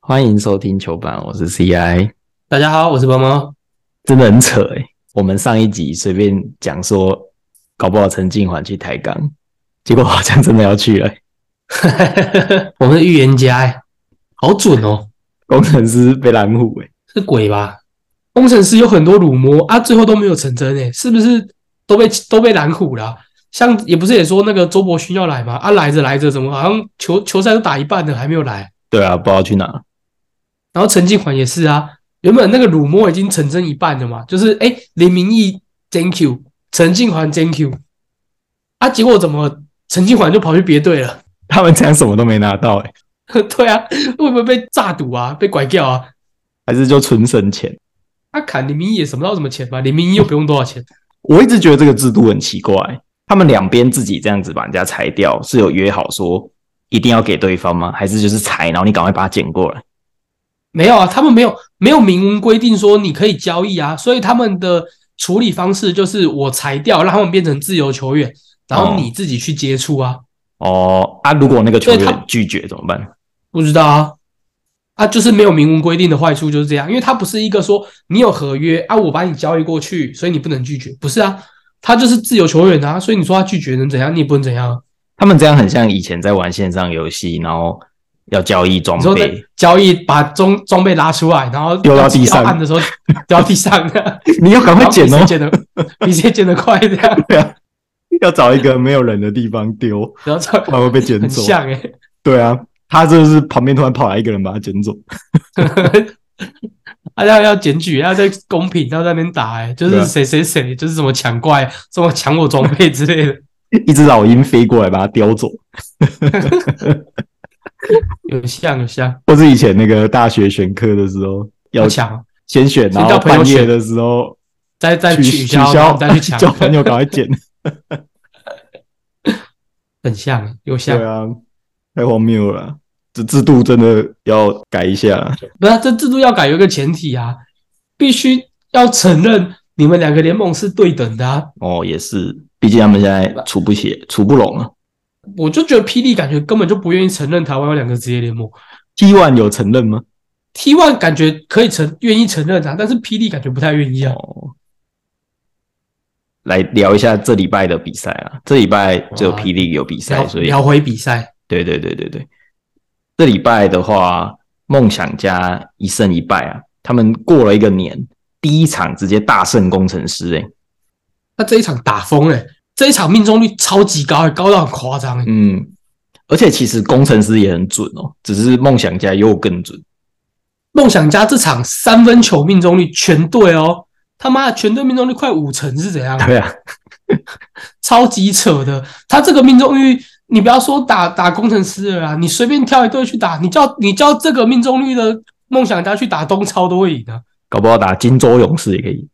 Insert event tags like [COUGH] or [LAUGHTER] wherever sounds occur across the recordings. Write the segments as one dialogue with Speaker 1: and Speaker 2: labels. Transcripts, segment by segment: Speaker 1: 欢迎收听球板，我是 CI。
Speaker 2: 大家好，我是猫猫。
Speaker 1: 真的很扯诶、欸我们上一集随便讲说，搞不好陈静环去抬杠，结果好像真的要去了、
Speaker 2: [LAUGHS]
Speaker 1: [LAUGHS]
Speaker 2: 我们的预言家、欸，好准哦，
Speaker 1: 工程师被拦欸虎诶、
Speaker 2: 是鬼吧？工程师有很多乳魔啊，最后都没有成真诶、哎是不是都被都被蓝虎了啊、像也不是也说那个周伯勋要来嘛？啊，来着来着，怎么好像球球赛都打一半了还没有来？
Speaker 1: 对啊，不知道去哪。
Speaker 2: 然后陈继环也是啊，原本那个乳魔已经成真一半了嘛，就是哎、诶林明义 thank you，陈继环 thank you，啊，结果怎么陈继环就跑去别队了？
Speaker 1: 他们这样什么都没拿到诶、欸
Speaker 2: [LAUGHS] 对啊，会不会被诈赌啊？被拐掉啊？
Speaker 1: 还是就纯省钱。
Speaker 2: 他砍林明义也省不到什么钱吧？林明义又不用多少钱，
Speaker 1: 我一直觉得这个制度很奇怪，他们两边自己这样子把人家裁掉，是有约好说一定要给对方吗？还是就是裁，然后你赶快把他捡过来？
Speaker 2: 没有啊，他们没有没有明文规定说你可以交易啊，所以他们的处理方式就是我裁掉，让他们变成自由球员，然后你自己去接触啊，
Speaker 1: 哦啊，如果那个球
Speaker 2: 对他
Speaker 1: 员拒绝怎么办？
Speaker 2: 不知道啊，啊，就是没有明文规定的坏处就是这样，因为它不是一个说你有合约啊，我把你交易过去，所以你不能拒绝，不是啊，他就是自由球员啊，所以你说他拒绝能怎样，你也不能怎样啊。
Speaker 1: 他们这样很像以前在玩线上游戏，然后要交易装
Speaker 2: 你说在
Speaker 1: 备，
Speaker 2: 交易把装装备拉出来，然后
Speaker 1: 丢到地上
Speaker 2: 要按的时候 [LAUGHS] 掉地
Speaker 1: [LAUGHS]
Speaker 2: 上，
Speaker 1: 你要赶快捡
Speaker 2: 然
Speaker 1: 哦
Speaker 2: 后比谁，捡的 [LAUGHS] 比谁捡的快
Speaker 1: [LAUGHS]
Speaker 2: 这样，
Speaker 1: 对啊，要找一个没有人的地方丢，
Speaker 2: 然后
Speaker 1: 不
Speaker 2: 这
Speaker 1: 然会被捡 [LAUGHS]
Speaker 2: 很
Speaker 1: 走。
Speaker 2: 像哎、
Speaker 1: 对啊，他就是旁边突然跑来一个人把他捡走， [LAUGHS]
Speaker 2: 欸，啊要要检举，要在公平，要在那边打哎、就
Speaker 1: 对啊
Speaker 2: 是谁谁谁就是什么抢怪，什么抢我装备之类的， [LAUGHS]
Speaker 1: 一只老鹰飞过来把他叼走，
Speaker 2: 有像有像，
Speaker 1: 或是以前那个大学选课的时候要
Speaker 2: 要抢，
Speaker 1: 先选，
Speaker 2: 先
Speaker 1: 然后
Speaker 2: 叫朋友
Speaker 1: 半夜
Speaker 2: 选
Speaker 1: 的时候
Speaker 2: 再再
Speaker 1: 取
Speaker 2: 取
Speaker 1: 消，
Speaker 2: 然后再
Speaker 1: [LAUGHS]
Speaker 2: 去抢，
Speaker 1: 叫朋友赶快捡。
Speaker 2: 很像欸有像
Speaker 1: 对，啊，太荒谬了啦，这制度真的要改一下。
Speaker 2: 不是，啊这制度要改有一个前提啊，必须要承认你们两个联盟是对等的啊，
Speaker 1: 哦，也是，毕竟他们现在处不起，处不拢啊。
Speaker 2: 我就觉得霹雳感觉根本就不愿意承认台湾有两个职业联盟
Speaker 1: ，T One 有承认吗？
Speaker 2: ，T One 感觉可以承愿意承认啊，但是霹雳感觉不太愿意啊。
Speaker 1: 哦，来聊一下这礼拜的比赛啊，这礼拜只有
Speaker 2: 哇
Speaker 1: P League 有比赛，
Speaker 2: 聊
Speaker 1: 所以
Speaker 2: 聊回比赛，
Speaker 1: 对对对对对，这礼拜的话，梦想家一胜一败啊，他们过了一个年，第一场直接大胜工程师、欸，
Speaker 2: 那这一场打疯了、这一场命中率超级高、高到很夸张、欸。
Speaker 1: 嗯，而且其实工程师也很准哦，只是梦想家又更准，
Speaker 2: 梦想家这场三分球命中率全对哦，他妈的全队命中率快五成是怎样？
Speaker 1: 对啊，
Speaker 2: 超级扯的。他这个命中率，你不要说打打工程师了啊，你随便挑一队去打，你叫你叫这个命中率的梦想家去打东超都会赢的、啊
Speaker 1: 搞不好打金州勇士也可以。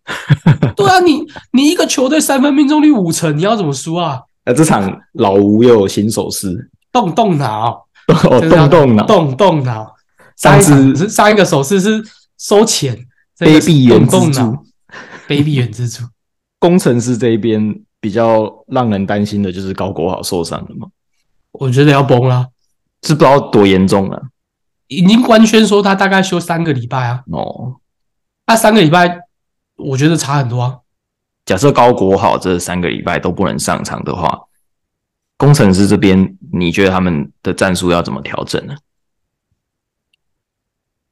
Speaker 2: 对啊，你你一个球队三分命中率五成，你要怎么输啊？
Speaker 1: 那、这场老吴又有新手势，
Speaker 2: 动动脑，
Speaker 1: 哦，
Speaker 2: 真的要
Speaker 1: 动动脑，
Speaker 2: 动动脑。
Speaker 1: 上
Speaker 2: 上一
Speaker 1: 次
Speaker 2: 场是上一个手势是收钱，这
Speaker 1: 卑
Speaker 2: 个是
Speaker 1: 鄙原
Speaker 2: 动
Speaker 1: 蜘
Speaker 2: 动
Speaker 1: 蛛
Speaker 2: 脑，。卑鄙远之蛛。
Speaker 1: 工程师这一边比较让人担心的就是高国豪受伤了嘛，
Speaker 2: 我觉得要崩了，
Speaker 1: 是不知道多严重啊了、
Speaker 2: 已经官宣说他大概休三个礼拜啊，
Speaker 1: 哦。
Speaker 2: 他三个礼拜我觉得差很多啊。
Speaker 1: 假设高国豪这三个礼拜都不能上场的话，工程师这边你觉得他们的战术要怎么调整呢？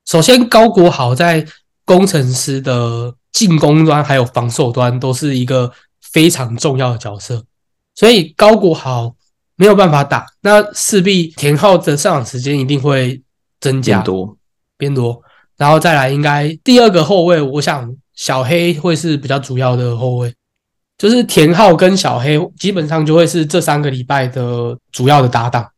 Speaker 2: 首先，高国豪在工程师的进攻端还有防守端都是一个非常重要的角色，所以高国豪没有办法打，那势必田浩的上场时间一定会增加
Speaker 1: 变多
Speaker 2: 变多，然后再来应该第二个后卫，我想小黑会是比较主要的后卫，就是田浩跟小黑基本上就会是这三个礼拜的主要的搭档，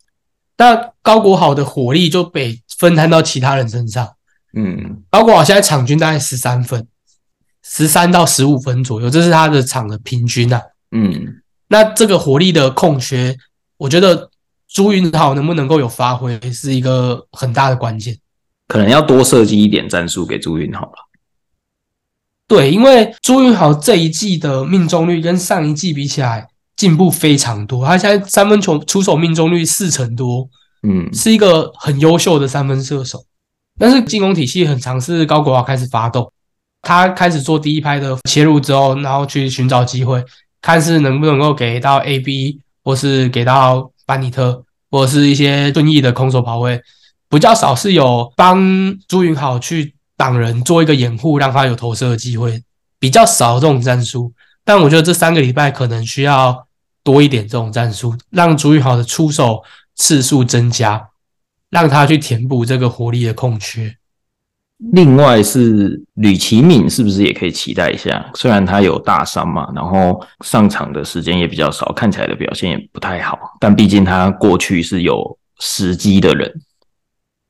Speaker 2: 那高国豪的火力就被分摊到其他人身上。
Speaker 1: 嗯，
Speaker 2: 包括我现在场均大概十三分，十三到十五分左右，这是他的场的平均啊。
Speaker 1: 嗯，
Speaker 2: 那这个火力的空缺，我觉得朱云豪能不能够有发挥，是一个很大的关键。
Speaker 1: 可能要多设计一点战术给朱云好了。
Speaker 2: 对，因为朱云豪这一季的命中率跟上一季比起来进步非常多，他现在三分球出手命中率四成多，
Speaker 1: 嗯，
Speaker 2: 是一个很优秀的三分射手。但是进攻体系很尝试高国豪开始发动，他开始做第一拍的切入之后，然后去寻找机会，看是能不能够给到 AB 或是给到班尼特，或者是一些顺义的空手跑位，比较少是有帮朱云好去挡人做一个掩护，让他有投射的机会，比较少这种战术。但我觉得这三个礼拜可能需要多一点这种战术，让朱云好的出手次数增加，让他去填补这个活力的空缺。
Speaker 1: 另外是吕其敏，是不是也可以期待一下？虽然他有大伤嘛，然后上场的时间也比较少，看起来的表现也不太好，但毕竟他过去是有时机的人，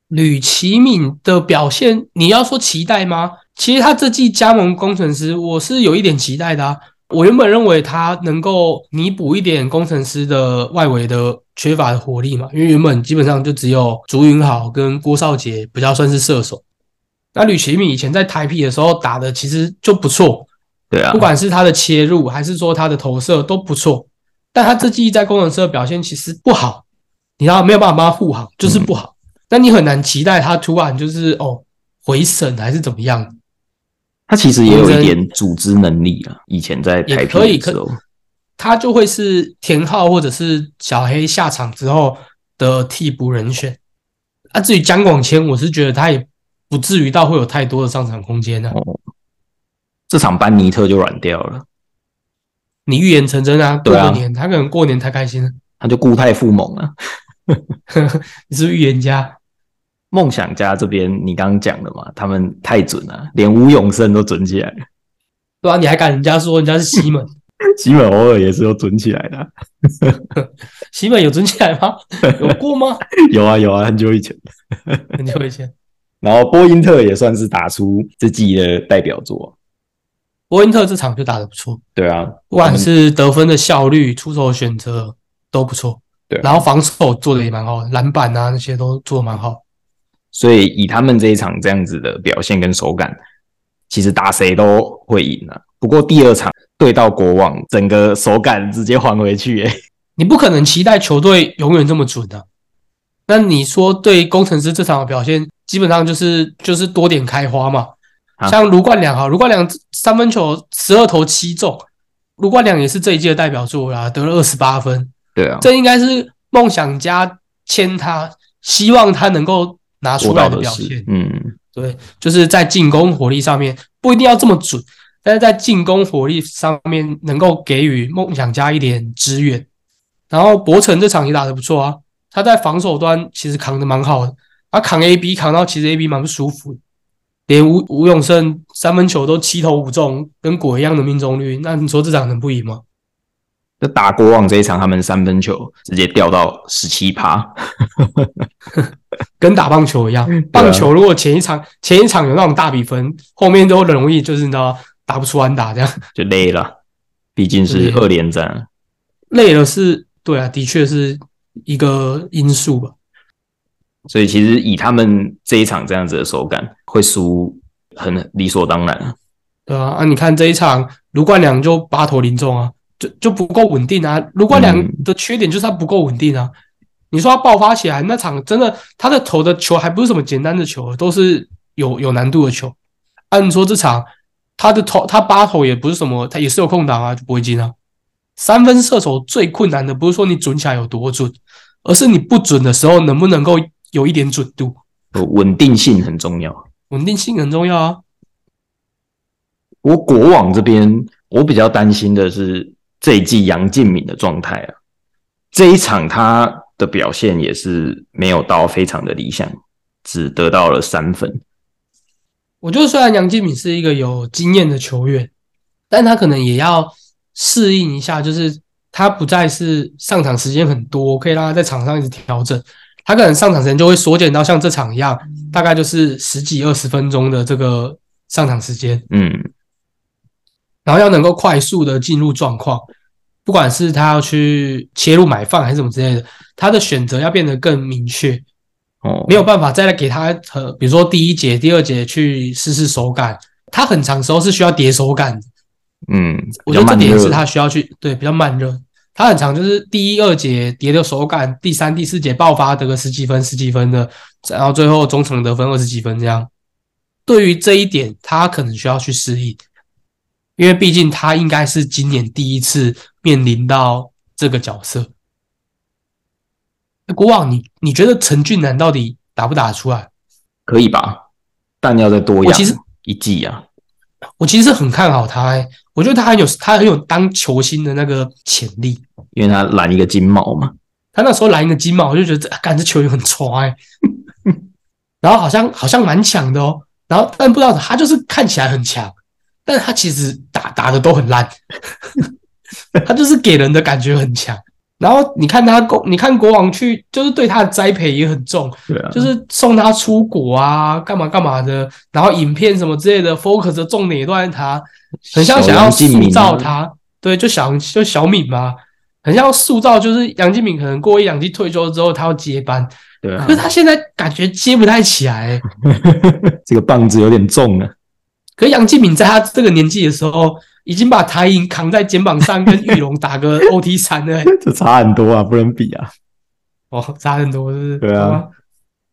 Speaker 2: 吕其敏的表现，你要说期待吗？其实他这季加盟工程师，我是有一点期待的啊。我原本认为他能够弥补一点工程师的外围的缺乏的活力嘛，因为原本基本上就只有竹云好跟郭少杰比较算是射手。那吕其敏以前在台啤的时候打的其实就不错，
Speaker 1: 对啊
Speaker 2: 不，管是他的切入还是说他的投射都不错，但他这季在工程师的表现其实不好，你知道没有办法帮他护航，就是不好。
Speaker 1: 嗯
Speaker 2: 那你很难期待他突然就是哦回审还是怎么样，
Speaker 1: 他其实也有一点组织能力啊。以前在台
Speaker 2: 也可以
Speaker 1: 啤的时候，
Speaker 2: 他就会是田浩或者是小黑下场之后的替补人选。啊，至于姜广谦，我是觉得他也不至于到会有太多的上场空间啊呢、
Speaker 1: 哦，这场班尼特就软掉了，
Speaker 2: 你预言成真啊，过
Speaker 1: 对啊
Speaker 2: 年、他可能过年太开心了，
Speaker 1: 他就固态复萌啊了。
Speaker 2: 你是不是预言家。
Speaker 1: 梦想家这边你刚刚讲的嘛，他们太准了，连吴永胜都准起来了，
Speaker 2: 对啊，你还敢人家说人家是
Speaker 1: [LAUGHS]
Speaker 2: 西门？
Speaker 1: 吉本偶尔也是有准起来的啊、
Speaker 2: 西门有准起来
Speaker 1: [LAUGHS]
Speaker 2: 吗？有过吗？ [LAUGHS]
Speaker 1: 有啊有啊，很久以前。
Speaker 2: 很久以前，
Speaker 1: 然后波因特也算是打出自己的代表作，
Speaker 2: 伯恩特这场就打得不错，
Speaker 1: 对啊，
Speaker 2: 不管是得分的效率、出手选择都不错。
Speaker 1: 对啊
Speaker 2: 然后防守做的也蛮好的，篮板啊那些都做得蛮好。
Speaker 1: 所以以他们这一场这样子的表现跟手感，其实打谁都会赢啊。不过第二场对到国王，整个手感直接还回去、欸，
Speaker 2: [LAUGHS] 你不可能期待球队永远这么准的、那你说对工程师这场的表现，基本上就是就是多点开花嘛。
Speaker 1: 啊
Speaker 2: 像卢冠良哈，卢冠良三分球十二投七中，卢冠良也是这一届的代表作啦，得了二十八分。
Speaker 1: 对啊，
Speaker 2: 这应该是梦想家签他，希望他能够拿
Speaker 1: 做
Speaker 2: 出来
Speaker 1: 到
Speaker 2: 的
Speaker 1: 的
Speaker 2: 表
Speaker 1: 是
Speaker 2: 现，。
Speaker 1: 嗯，
Speaker 2: 对，就是在进攻火力上面不一定要这么准，但是在进攻火力上面能够给予梦想家一点支援。然后博成这场也打得不错啊，他在防守端其实扛得蛮好的，他扛 AB 扛到其实 AB 蛮不舒服的，连吴吴永胜三分球都七投五中，跟鬼一样的命中率，那你说这场能不赢吗？
Speaker 1: 就打国王这一场，他们三分球直接掉到十七趴， [LAUGHS]
Speaker 2: 跟打棒球一样，棒球如果前一场、前一场有那种大比分，后面都很容易就是你知道打不出安打这样，
Speaker 1: 就累了，毕竟是二连战。
Speaker 2: 累了是，对啊，的确是一个因素吧。
Speaker 1: 所以其实以他们这一场这样子的手感，会输很理所当然啊。
Speaker 2: 对啊，啊，你看这一场卢冠良就八投零中啊，就就不够稳定啊。卢冠良
Speaker 1: 嗯
Speaker 2: 的缺点就是他不够稳定啊。你说他爆发起来那场真的，他的投的球还不是什么简单的球，都是有有难度的球。按、你说这场他的投他八投也不是什么，他也是有空档啊，就不会进啊。三分射手最困难的不是说你准起来有多准，而是你不准的时候能不能够有一点准度，
Speaker 1: 稳定性很重要。
Speaker 2: 稳定性很重要啊。
Speaker 1: 我国网这边，我比较担心的是这一季杨敬敏的状态啊，这一场他的表现也是没有到非常的理想，只得到了三分。
Speaker 2: 我觉得虽然杨敬敏是一个有经验的球员，但他可能也要适应一下，就是他不再是上场时间很多，可以让他在场上一直调整。他可能上场时间就会缩减到像这场一样，大概就是十几二十分钟的这个上场时间。
Speaker 1: 嗯，
Speaker 2: 然后要能够快速的进入状况，不管是他要去切入买饭还是什么之类的，他的选择要变得更明确，
Speaker 1: 哦，
Speaker 2: 没有办法再来给他呃，比如说第一节、第二节去试试手感，他很长时候是需要叠手感的，
Speaker 1: 嗯，
Speaker 2: 我觉得这
Speaker 1: 比
Speaker 2: 点
Speaker 1: 较慢热
Speaker 2: 是他需要去对比较慢热，他很常就是第一二节跌的手感，第三、第四节爆发得个十几分、十几分的，然后最后中场得分二十几分这样。对于这一点，他可能需要去适应，因为毕竟他应该是今年第一次面临到这个角色。那国王，你你觉得陈俊南到底打不打得出来？
Speaker 1: 可以吧？但要再多
Speaker 2: 我
Speaker 1: 养
Speaker 2: 其实
Speaker 1: 一季啊，
Speaker 2: 我其实很看好他、欸，我觉得他很有他很有当球星的那个潜力。
Speaker 1: 因为他揽一个金毛嘛。
Speaker 2: 他那时候来一个金帽，我就觉得，啊干、这球员很抓哎、欸， [LAUGHS] 然后好像好像蛮强的哦，然后但不知道他就是看起来很强，但他其实打打的都很烂， [LAUGHS] 他就是给人的感觉很强。然后你看他国，你看国王去，就是对他的栽培也很重，
Speaker 1: 对啊，
Speaker 2: 就是送他出国啊，干嘛干嘛的，然后影片什么之类的，focus 的重点也都在他，很像想要
Speaker 1: 啊
Speaker 2: 塑造他，对，就想就小敏嘛，很像要塑造，就是杨敬敏可能过一两季退休之后，他要接班，
Speaker 1: 对啊 [LAUGHS]
Speaker 2: 可，是他现在感觉接不太起来、欸。
Speaker 1: 这个棒子有点重啊。 [LAUGHS]
Speaker 2: 可是杨敬敏在他这个年纪的时候，已经把台银扛在肩膀上，跟玉龙
Speaker 1: [LAUGHS]
Speaker 2: 打个 OT 三了、欸
Speaker 1: 这差很多啊，不能比啊。
Speaker 2: 哦，差很多，是不是？
Speaker 1: 对啊
Speaker 2: 吗，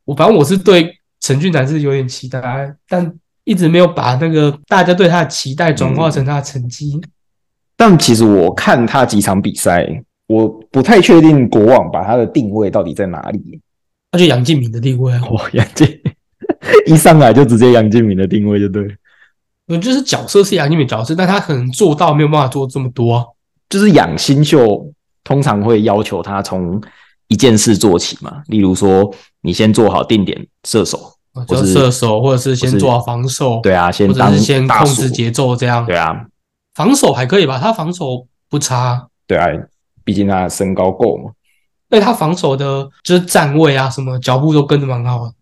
Speaker 2: 我反正我是对陈俊南是有点期待，但一直没有把那个大家对他的期待转化成他的成绩。
Speaker 1: 嗯但其实我看他几场比赛，我不太确定国网把他的定位到底在哪里。
Speaker 2: 他就杨敬敏的地位啊，
Speaker 1: 哇，杨敬一上来就直接杨敬敏的定位就对了，
Speaker 2: 我呃就是角色是杨敬敏角色，但他可能做到没有办法做这么多啊、
Speaker 1: 就是养新秀通常会要求他从一件事做起嘛，例如说你先做好定点射手，
Speaker 2: 呃就
Speaker 1: 或是
Speaker 2: 是射手，或者是先
Speaker 1: 或是
Speaker 2: 做好防守，，
Speaker 1: 对啊，先
Speaker 2: 或者
Speaker 1: 当
Speaker 2: 是先
Speaker 1: 大
Speaker 2: 控
Speaker 1: 锁
Speaker 2: 制，节奏这样。
Speaker 1: 对啊，
Speaker 2: 防守还可以吧，他防守不差，
Speaker 1: 对啊，毕竟他身高够嘛，
Speaker 2: 对他防守的就是站位啊，什么脚步都跟的蛮好的，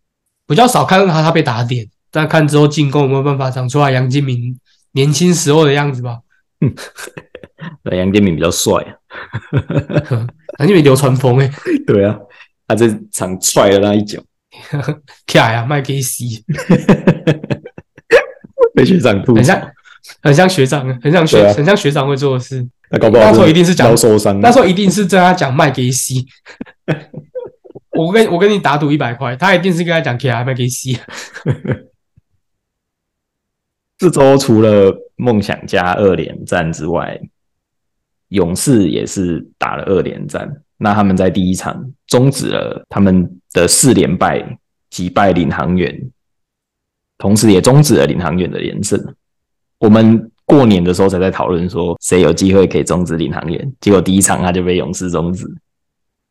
Speaker 2: 比较少看到他他被打点，但看之后进攻有没有办法长出来杨敬明年轻时候的样子吧。
Speaker 1: 对，杨敬敏比较帅啊，
Speaker 2: 杨敬明流传风 [LAUGHS] 哎，
Speaker 1: 对啊，他这场踹了那一脚， [LAUGHS]
Speaker 2: 起来啊，卖给 C，
Speaker 1: 被学长吐
Speaker 2: 很
Speaker 1: 槽
Speaker 2: 像，很像学长，很像学、
Speaker 1: 对啊
Speaker 2: 很像学长会做的事。
Speaker 1: 那搞不好
Speaker 2: 那时候一定是讲
Speaker 1: 腰受伤，啊
Speaker 2: 那时候一定是跟他讲卖给 C，我跟我跟你打赌一百块，他一定是跟他讲起来卖给 C。
Speaker 1: 这周除了梦想家二连战之外，勇士也是打了二连战。那他们在第一场终止了他们的四连败，击败领航员，同时也终止了领航员的连胜。我们过年的时候才在讨论说谁有机会可以终止领航员，结果第一场他就被勇士终止。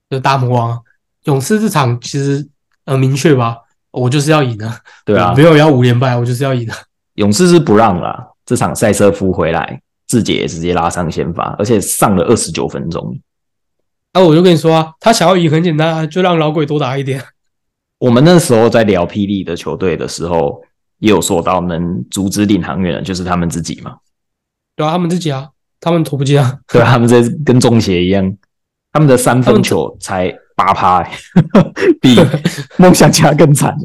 Speaker 2: 就是大魔王啊勇士这场其实呃明确吧，我就是要赢啊，
Speaker 1: 对啊
Speaker 2: 我没，有要五连败，我就是要赢啊。
Speaker 1: 勇士是不让啦、这场塞瑟夫回来，志杰也直接拉上先发，而且上了二十九分钟。
Speaker 2: 啊，我就跟你说啊，他想要赢很简单啊，就让老鬼多打一点。啊
Speaker 1: 我们那时候在聊霹雳的球队的时候，也有说到能阻止领航员的就是他们自己嘛，
Speaker 2: 对啊，他们自己啊，他们投不进啊，
Speaker 1: 对啊，他们这跟中协一样，他们的三分球才八趴、欸， [LAUGHS] 比梦想家更惨。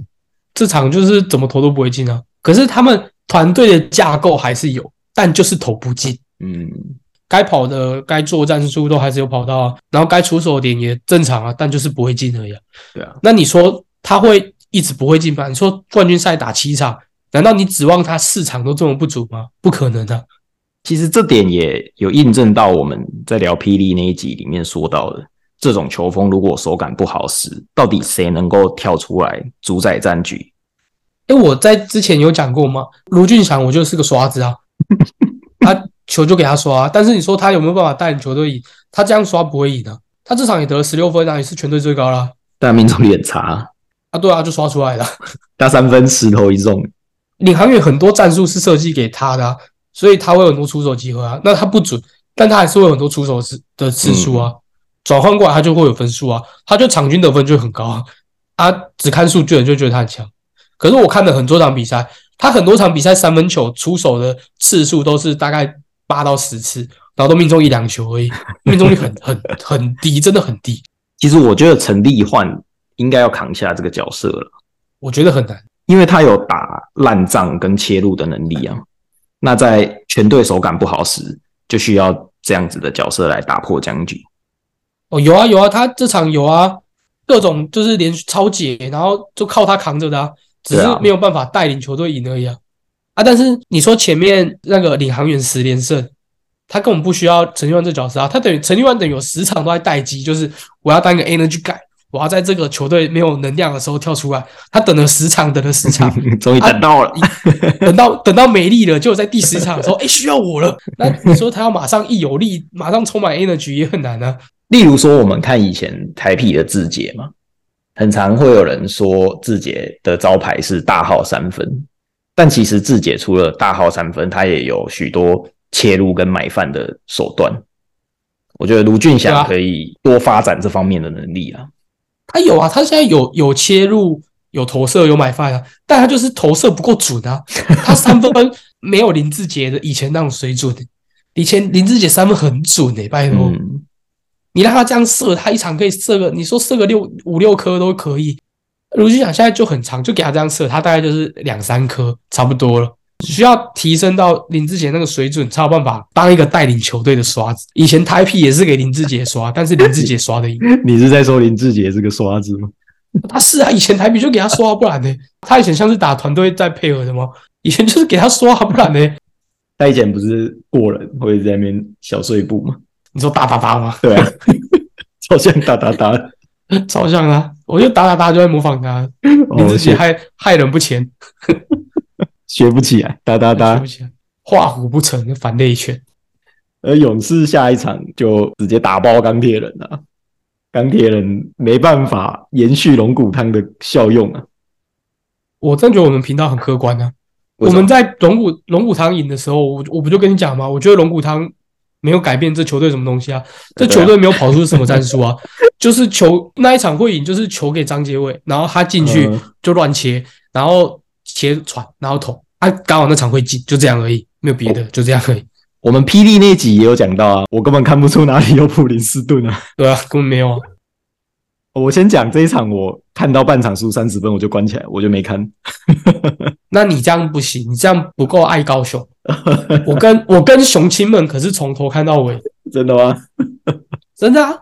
Speaker 2: 这场就是怎么投都不会进啊。可是他们团队的架构还是有，但就是投不进。
Speaker 1: 嗯，
Speaker 2: 该跑的、该做战术都还是有跑到啊，然后该出手点也正常啊，但就是不会进而已、啊。
Speaker 1: 对啊，
Speaker 2: 那你说他会一直不会进吧？你说冠军赛打七场，难道你指望他四场都这么不足吗？不可能啊的、
Speaker 1: 其实这点也有印证到我们在聊霹雳那一集里面说到的，这种球风如果手感不好时，到底谁能够跳出来主宰战局？
Speaker 2: 哎，我在之前有讲过吗？卢俊祥，我就是个刷子啊，他球就给他刷啊、但是你说他有没有办法带领球队赢？他这样刷不会赢啊，他这场也得了十六分啊，也是全队最高啦。
Speaker 1: 但命中率很差，
Speaker 2: 啊，对啊，就刷出来了。
Speaker 1: 他三分十投一中，
Speaker 2: 领航员很多战术是设计给他的、啊，所以他会有很多出手机会啊。那他不准，但他还是会有很多出手次的次数啊。转换过来，他就会有分数啊，他就场均得分就很高啊。啊，只看数据的人就觉得他很强。可是我看了很多场比赛，他很多场比赛三分球出手的次数都是大概八到十次，然后都命中一两球而已，命中率很很很低，真的很低。
Speaker 1: 其实我觉得陈立焕应该要扛下这个角色了，
Speaker 2: 我觉得很难。
Speaker 1: 因为他有打烂仗跟切入的能力啊。那在全队手感不好时，就需要这样子的角色来打破僵局。 [LAUGHS]
Speaker 2: 哦，有啊有啊，他这场有啊，各种就是连续超解，然后就靠他扛着的啊，只是
Speaker 1: 对啊
Speaker 2: 没有办法带领球队赢而已啊。啊，但是你说前面那个领航员十连胜，他根本不需要陈俊万这角色啊，他等于陈俊万等于有十场都在待机，就是我要当一个 energy guy，我要在这个球队没有能量的时候跳出来。他等了十场，等了十
Speaker 1: [LAUGHS]
Speaker 2: 场，
Speaker 1: 终于等到了，
Speaker 2: 等到等到没力了，就在第十场
Speaker 1: [LAUGHS]
Speaker 2: 说，哎、需要我了。那你说他要马上一有力，马上充满 energy 也很难啊。
Speaker 1: 例如说，我们看以前台啤的字节嘛，很常会有人说字节的招牌是大号三分，但其实字节除了大号三分，它也有许多切入跟买饭的手段。我觉得卢俊
Speaker 2: 对
Speaker 1: 祥
Speaker 2: 啊
Speaker 1: 可以多发展这方面的能力啊。
Speaker 2: 他有啊，他现在有有切入，有投射，有买饭啊，但他就是投射不够准啊。 [LAUGHS] 他三分没有林志杰的以前那种水准，欸以前林志杰三分很准诶、拜托，
Speaker 1: 嗯，
Speaker 2: 你让他这样射，他一场可以射个，你说射个六五六颗都可以。卢俊祥现在就很长，就给他这样射，他大概就是两三颗差不多了。需要提升到林志杰那个水准，才有办法当一个带领球队的刷子。以前台 P 也是给林志杰刷，但是林志杰刷的赢。
Speaker 1: 你是在说林志杰是个刷子吗？
Speaker 2: 他是啊，以前台比就给他刷，不然呢？他以前像是打团队在配合的吗？以前就是给他刷，不然呢？
Speaker 1: 他以前不是过人会在那边小碎步吗？
Speaker 2: 你说打打打吗？ [LAUGHS]
Speaker 1: 对 [LAUGHS] 啊，超像打打打。
Speaker 2: 超像啊！我就打打打就在模仿他，你自己
Speaker 1: [LAUGHS] 哦
Speaker 2: 害害人不浅，
Speaker 1: 学学不起来，打打
Speaker 2: 对不起啊，画虎不成反类犬。
Speaker 1: 而勇士下一场就直接打爆钢铁人了、钢铁人没办法延续龙骨汤的效用啊。
Speaker 2: 我真觉得我们频道很客观啊。我们在龙骨龙骨汤赢的时候，我我不就跟你讲吗？我觉得龙骨汤没有改变这球队什么东西啊，这球队没有跑出什么战术啊，就是球那一场会赢，就是球给张杰伟，然后他进去
Speaker 1: 嗯
Speaker 2: 就乱切，然后切传，然后投，啊，刚好那场会进，就这样而已，没有别的，就这样而已。
Speaker 1: 我们霹雳那集也有讲到啊，我根本看不出哪里有普林斯顿啊。
Speaker 2: 对啊，根本没有啊。
Speaker 1: 我先讲这一场，我看到半场输三十分我就关起来，我就没看。
Speaker 2: 那你这样不行，你这样不够爱高雄。我跟我跟雄青们可是从头看到尾，
Speaker 1: 真的吗？
Speaker 2: 真的啊。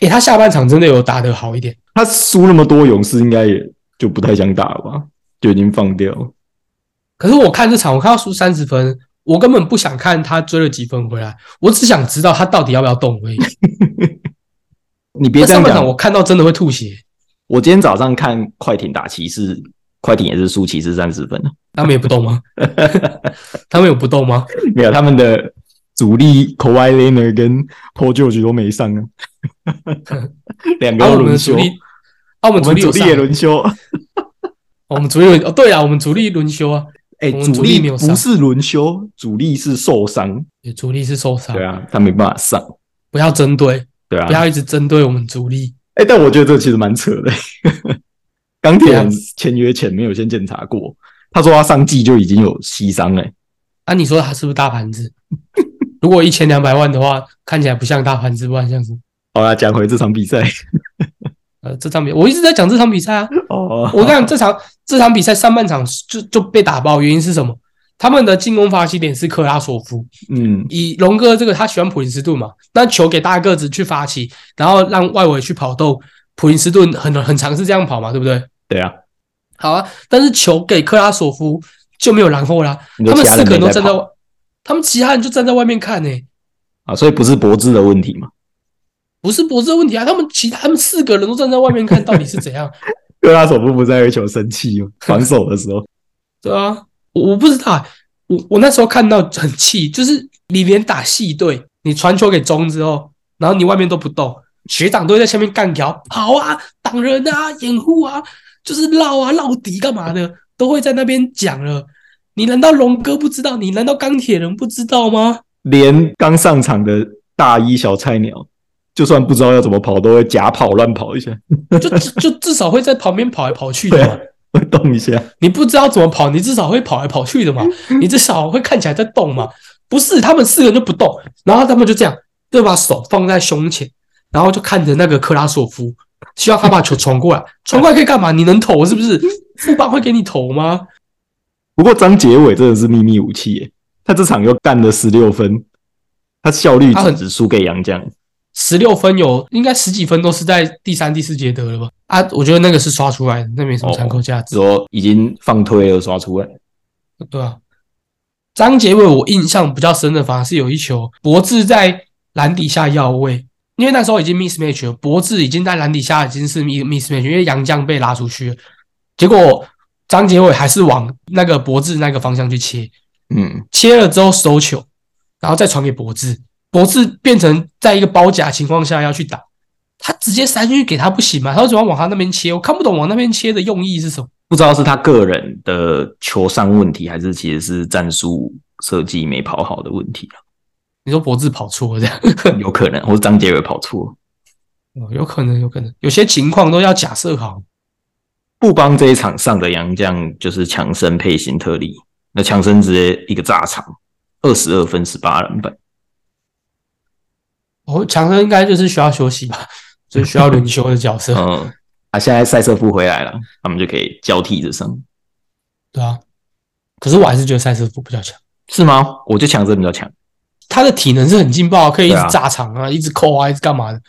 Speaker 2: 诶、他下半场真的有打得好一点。
Speaker 1: 他输那么多，勇士应该也就不太想打了吧，就已经放掉了。
Speaker 2: 可是我看这场，我看他输三十分，我根本不想看他追了几分回来，我只想知道他到底要不要动而已。
Speaker 1: 你别
Speaker 2: 那
Speaker 1: 这样
Speaker 2: 上半
Speaker 1: 讲
Speaker 2: 场，我看到真的会吐血，
Speaker 1: 我今天早上看快艇打骑士，快艇也是输骑士三十分啊。
Speaker 2: 他们也不
Speaker 1: [LAUGHS]
Speaker 2: 动吗？他们有不动吗？
Speaker 1: 没有，他们的主力 Kawhi Leonard 跟 Paul George 都没
Speaker 2: [LAUGHS]
Speaker 1: 上啊，两个
Speaker 2: 啊，
Speaker 1: 都
Speaker 2: 我们
Speaker 1: 轮
Speaker 2: 的
Speaker 1: 休
Speaker 2: 主，力，啊，我
Speaker 1: 我
Speaker 2: 们主
Speaker 1: 们
Speaker 2: 力
Speaker 1: 主
Speaker 2: 有
Speaker 1: 力
Speaker 2: 上
Speaker 1: 也，轮休。
Speaker 2: 我们主力有哦，对啊，我们主力轮休啊，
Speaker 1: 哎，
Speaker 2: 我们主
Speaker 1: 主
Speaker 2: 力
Speaker 1: 力
Speaker 2: 没有上
Speaker 1: 不是轮休，主力是受伤。
Speaker 2: 对主力是受伤，
Speaker 1: 对啊，他没办法上。
Speaker 2: 不要针对，
Speaker 1: 对啊
Speaker 2: 不，要一直针对我们主力。
Speaker 1: 哎，但我觉得这其实蛮扯的。 [LAUGHS] 钢铁人
Speaker 2: 对啊
Speaker 1: 签约前没有先检查过，他说他上季就已经有膝伤了。
Speaker 2: 啊，你说他是不是大盘子？ [LAUGHS] 如果一千两百万的话，看起来不像大盘子，不然像什么？
Speaker 1: 好啦，讲回这场比赛。 [LAUGHS]
Speaker 2: 呃，这场比我一直在讲这场比赛啊， [LAUGHS]
Speaker 1: 哦，
Speaker 2: 我跟你讲，这场这场比赛上半场就就被打爆，原因是什么？他们的进攻发起点是克拉索夫，
Speaker 1: 嗯，
Speaker 2: 以龙哥这个他喜欢普林斯顿嘛，那球给大个子去发起，然后让外围去跑动，普林斯顿很很尝试这样跑嘛，对不对？
Speaker 1: 对啊，
Speaker 2: 好啊，但是球给克拉索夫就没有然后啦，
Speaker 1: 你
Speaker 2: 他
Speaker 1: 说
Speaker 2: 们
Speaker 1: 其他
Speaker 2: 四
Speaker 1: 人
Speaker 2: 个人
Speaker 1: 没
Speaker 2: 都
Speaker 1: 在
Speaker 2: 站在
Speaker 1: 跑
Speaker 2: 外，他们其他人就站在外面看呢、欸
Speaker 1: 啊，所以不是博智的问题嘛？
Speaker 2: 不是博士的问题啊，他们其他他们四个人都站在外面看，到底是怎样？
Speaker 1: 对啊，手部不在为球生气哦，防守的时候。 [LAUGHS]
Speaker 2: 对啊，我我不知道啊，我我那时候看到很气，就是你连打细队，你传球给中之后，然后你外面都不动，学长都会在下面干掉，跑啊，挡人啊，掩护啊，就是绕啊绕底干嘛的，都会在那边讲了。你难道龙哥不知道？你难道钢铁人不知道吗？
Speaker 1: 连刚上场的大一小菜鸟，就算不知道要怎么跑，都会假跑乱跑一下，
Speaker 2: 就就就至少会在旁边跑来跑去的
Speaker 1: 对
Speaker 2: 嘛。
Speaker 1: 啊，会动一下。 [LAUGHS]
Speaker 2: 你不知道怎么跑，你至少会跑来跑去的嘛，你至少会看起来在动嘛。不是，他们四个人就不动，然后他们就这样，就把手放在胸前，然后就看着那个克拉索夫，希望他把球传过来。传过来可以干嘛？你能投是不是？副帮会给你投吗？
Speaker 1: 不过张杰伟真的是秘密武器耶，他这场又干了十六分，他效率
Speaker 2: 他很
Speaker 1: 只只输给杨绛，
Speaker 2: 十六分有应该十几分都是在第三、第四节得了吧？啊，我觉得那个是刷出来的，那没什么参考价值。
Speaker 1: 说已经放推了刷出来，
Speaker 2: 对啊，张杰伟我印象比较深的反而是有一球，博智在篮底下要位，因为那时候已经 mismatch 了，博智已经在篮底下已经是 mi- mismatch，因为杨绛被拉出去了，结果张杰伟还是往那个博智那个方向去切，
Speaker 1: 嗯，
Speaker 2: 切了之后收球，然后再传给博智，博智变成在一个包夹情况下要去打，他直接塞进去给他不行吗？他为什么要往他那边切？我看不懂往那边切的用意是什么。
Speaker 1: 不知道是他个人的球商问题，还是其实是战术设计没跑好的问题啊，
Speaker 2: 你说博智跑错了这样？
Speaker 1: 有可能，或是张杰伟跑错。
Speaker 2: 哦，有可能，有可能，有些情况都要假设好。
Speaker 1: 布邦这一场上的洋将就是强森配辛特利，那强森直接一个炸场，二十二分十八篮板。 [LAUGHS]
Speaker 2: 哦，强森应该就是需要休息吧，就是需要轮休的角色，
Speaker 1: 嗯，啊，现在塞瑟夫回来了，他们就可以交替着上，
Speaker 2: [LAUGHS] 对啊。可是我还是觉得塞斯福比较强，
Speaker 1: 是吗？我就强森比较强，
Speaker 2: 他的体能是很劲爆，可以一直
Speaker 1: 对啊
Speaker 2: 炸场啊，一直扣啊，一直干嘛的。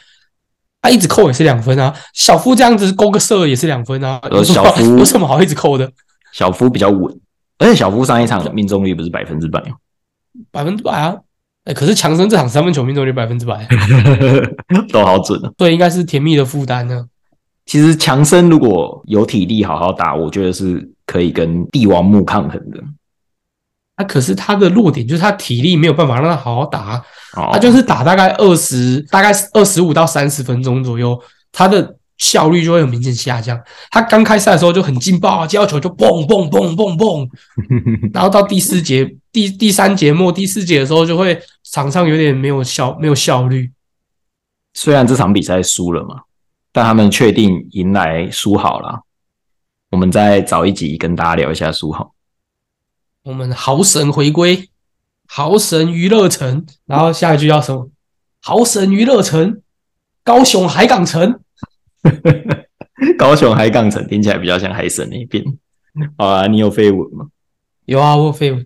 Speaker 2: 他、一直扣也是两分啊，小夫这样子勾个射也是两分啊，
Speaker 1: 呃
Speaker 2: 有什么
Speaker 1: 小夫
Speaker 2: [LAUGHS] 有什么好一直扣的？
Speaker 1: 小夫比较稳，而且小夫上一场命中率不是百分之百吗，哦
Speaker 2: 百分之百啊！哎、可是强森这场三分球命中率百分之百，
Speaker 1: [LAUGHS]
Speaker 2: 啊
Speaker 1: [LAUGHS] 都好准啊。
Speaker 2: 所以应该是甜蜜的负担呢。
Speaker 1: 其实强森如果有体力好好打，我觉得是可以跟帝王木抗衡的。
Speaker 2: 啊，可是他的弱点就是他体力没有办法让他好好打啊、
Speaker 1: 哦，
Speaker 2: 他就是打大概二十，大概二十五到三十分钟左右，他的效率就会有明显下降。他刚开赛的时候就很劲爆啊，接到球就蹦蹦蹦蹦蹦，然后到第四节、第第三节末、第四节的时候，就会场上有点没有效、没有效率。
Speaker 1: 虽然这场比赛输了嘛，但他们确定迎来输好了。我们再找一集跟大家聊一下输好。 [LAUGHS]
Speaker 2: 我们豪神回归，豪神娱乐城，然后下一句叫什么？豪神娱乐城，高雄海港城。
Speaker 1: 高雄海港城听起来比较像海神那边。好啊，你有绯闻吗？
Speaker 2: 有啊，我有绯闻。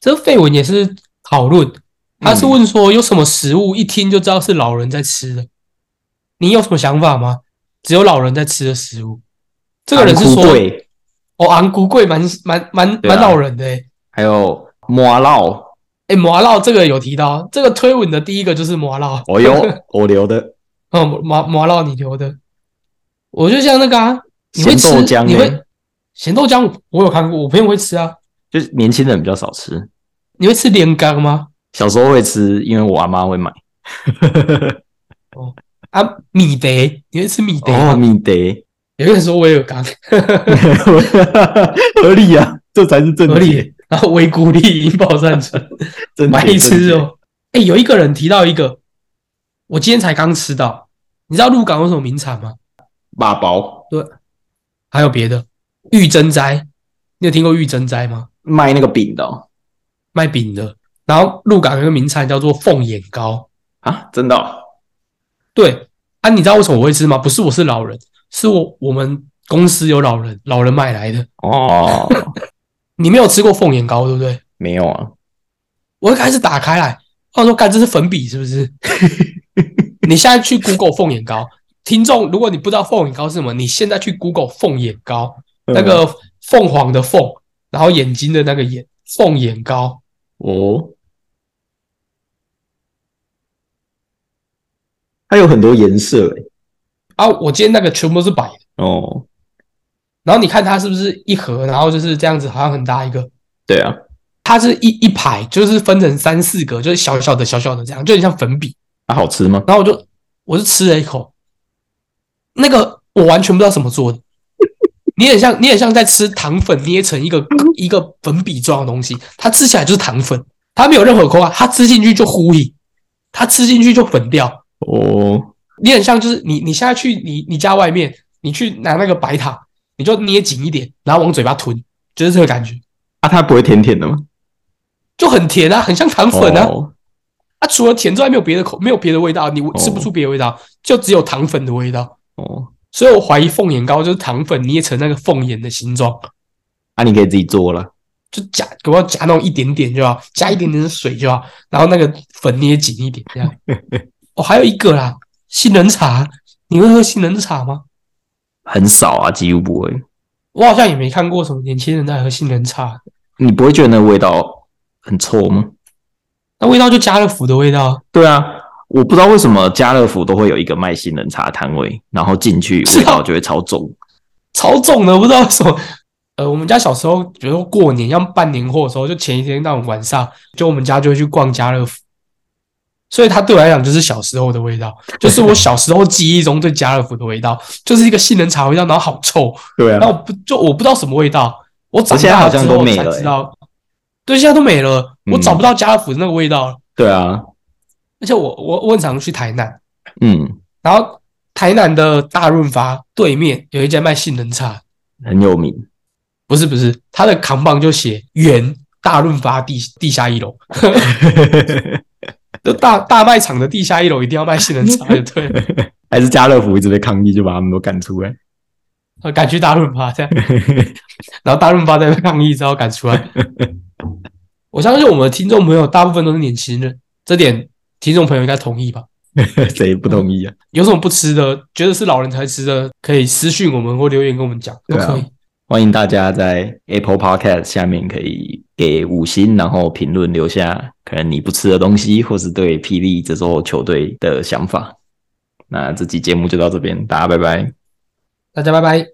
Speaker 2: 这绯闻也是讨论，
Speaker 1: 嗯
Speaker 2: 他是问说有什么食物一听就知道是老人在吃的，你有什么想法吗？只有老人在吃的食物，这个人是说
Speaker 1: 昂，贵
Speaker 2: 哦，昂古贵蛮蛮蛮
Speaker 1: 对啊
Speaker 2: 蛮老人的欸。
Speaker 1: 还有哦摩烙，
Speaker 2: 哎，麻辣这个有提到，这个推文的第一个就是麻辣。
Speaker 1: 哦哟， [LAUGHS] 我留的
Speaker 2: [LAUGHS] 哦，麻麻辣你留的，我就像那个啊，你会
Speaker 1: 咸
Speaker 2: 吃
Speaker 1: 豆浆欸
Speaker 2: 你
Speaker 1: 呢
Speaker 2: 会，咸豆浆我我有看过，我朋友会吃啊。
Speaker 1: 就是年轻人比较少吃，
Speaker 2: 你会吃连干吗？
Speaker 1: 小时候会吃，因为我阿妈会 [LAUGHS] 买。
Speaker 2: 啊，米德，你会吃米德吗？
Speaker 1: 哦，米德，
Speaker 2: 有人说威尔刚
Speaker 1: [LAUGHS] 合理啊，这才是正
Speaker 2: 合理，然后维古力引爆战争，
Speaker 1: 正
Speaker 2: 白痴哦、。哎、有一个人提到一个，我今天才刚吃到，你知道鹿港有什么名产吗？
Speaker 1: 马包
Speaker 2: 还有别的玉珍斋，你有听过玉珍斋吗？
Speaker 1: 卖那个饼的哦
Speaker 2: 卖饼的。然后鹿港有个名产叫做凤眼糕，
Speaker 1: 啊，真的哦
Speaker 2: 对啊，你知道为什么我会吃吗？不是我是老人，是我我们公司有老人，老人买来的。
Speaker 1: 哦，
Speaker 2: 你没有吃过凤眼糕对不对？
Speaker 1: 没有 [LAUGHS] 啊，
Speaker 2: 我一开始打开来，我想说干这是粉笔是不是？你现在去 Google 凤眼膏，听众，如果你不知道凤眼膏是什么，你现在去 Google 凤眼膏，
Speaker 1: 嗯
Speaker 2: 那个凤凰的凤，然后眼睛的那个眼，凤眼膏，
Speaker 1: 哦，它有很多颜色欸
Speaker 2: 啊，我今天那个全部都是白的。
Speaker 1: 哦，
Speaker 2: 然后你看它是不是一盒，然后就是这样子，好像很大一个，
Speaker 1: 对啊，
Speaker 2: 它是一一排，就是分成三四个，就是小小的、小小的这样，就很像粉笔。
Speaker 1: 它好吃吗？
Speaker 2: 然后我就我就吃了一口，那个我完全不知道怎么做的，你很像你很像在吃糖粉捏成一个一个粉笔状的东西，它吃起来就是糖粉，它没有任何口感，它吃进去就糊影，它吃进去就粉掉。
Speaker 1: 哦，
Speaker 2: 你很像就是你你现在去你你家外面，你去拿那个白糖，你就捏紧一点，然后往嘴巴吞，就是这个感觉，
Speaker 1: 啊，它不会甜甜的吗？
Speaker 2: 就很甜啊，很像糖粉啊。
Speaker 1: 哦
Speaker 2: 它、除了甜之外没有别的口，没有别的味道，你吃不出别的味道，就只有糖粉的味道。
Speaker 1: 哦，
Speaker 2: 所以我怀疑凤眼糕就是糖粉捏成那个凤眼的形状，
Speaker 1: 啊，你可以自己做了。
Speaker 2: 就夹给我夹那种一点点就好，加一点点的水就好，然后那个粉捏紧一点这样。哦，还有一个啦，杏仁茶，你会喝杏仁茶吗？
Speaker 1: 很少啊，几乎不会。
Speaker 2: 我好像也没看过什么年轻人在喝杏仁茶，
Speaker 1: 你不会觉得那个味道很臭吗？
Speaker 2: 那味道就家乐福的味道，
Speaker 1: 对啊，我不知道为什么家乐福都会有一个卖杏仁茶的摊位，然后进去
Speaker 2: 是啊
Speaker 1: 味道就会超重。
Speaker 2: 超重的，不知道为什么。 [LAUGHS] 呃，我们家小时候，比如说过年要办年货的时候，就前一天那种晚上，就我们家就会去逛家乐福，所以它对我来讲就是小时候的
Speaker 1: [LAUGHS]
Speaker 2: 味道，就是我小时候记忆中对家乐福的味道，就是一个杏仁茶味道，然后好臭，
Speaker 1: 对啊
Speaker 2: 那我不就我不知道什么味道，我
Speaker 1: 嗯
Speaker 2: 长
Speaker 1: 我现在
Speaker 2: 大
Speaker 1: 好像
Speaker 2: 之
Speaker 1: 都
Speaker 2: 后
Speaker 1: 没
Speaker 2: 才
Speaker 1: 了
Speaker 2: 知
Speaker 1: 欸
Speaker 2: 道，对，现在都没了，我
Speaker 1: 嗯
Speaker 2: 找不到家乐福的那个味道了。
Speaker 1: 对啊，
Speaker 2: 而且我我我很常去台南，
Speaker 1: 嗯，
Speaker 2: 然后台南的大润发对面有一家卖杏仁茶，
Speaker 1: 很有名。
Speaker 2: 不是不是，它的扛棒就写原大润发地地下一楼， [LAUGHS] 就大大卖场的地下一楼一定要卖杏
Speaker 1: [LAUGHS]
Speaker 2: 仁茶，就对了，
Speaker 1: 还是家乐福一直被抗议，就把他们都赶出来。 [LAUGHS]
Speaker 2: 呃赶去大润发这样。然后大润发在抗议之后赶出来。我相信我们的听众朋友大部分都是年轻人，这点听众朋友应该同意吧？
Speaker 1: 谁不同意啊？
Speaker 2: 有什么不吃的，觉得是老人才吃的，可以私信我们或留言跟我们讲，都
Speaker 1: 对啊
Speaker 2: 可以。
Speaker 1: 欢迎大家在 Apple Podcast 下面可以给五星，然后评论留下可能你不吃的东西，或是对霹雳这周球队的想法。那这期节目就到这边，大家拜拜。
Speaker 2: 大家拜拜。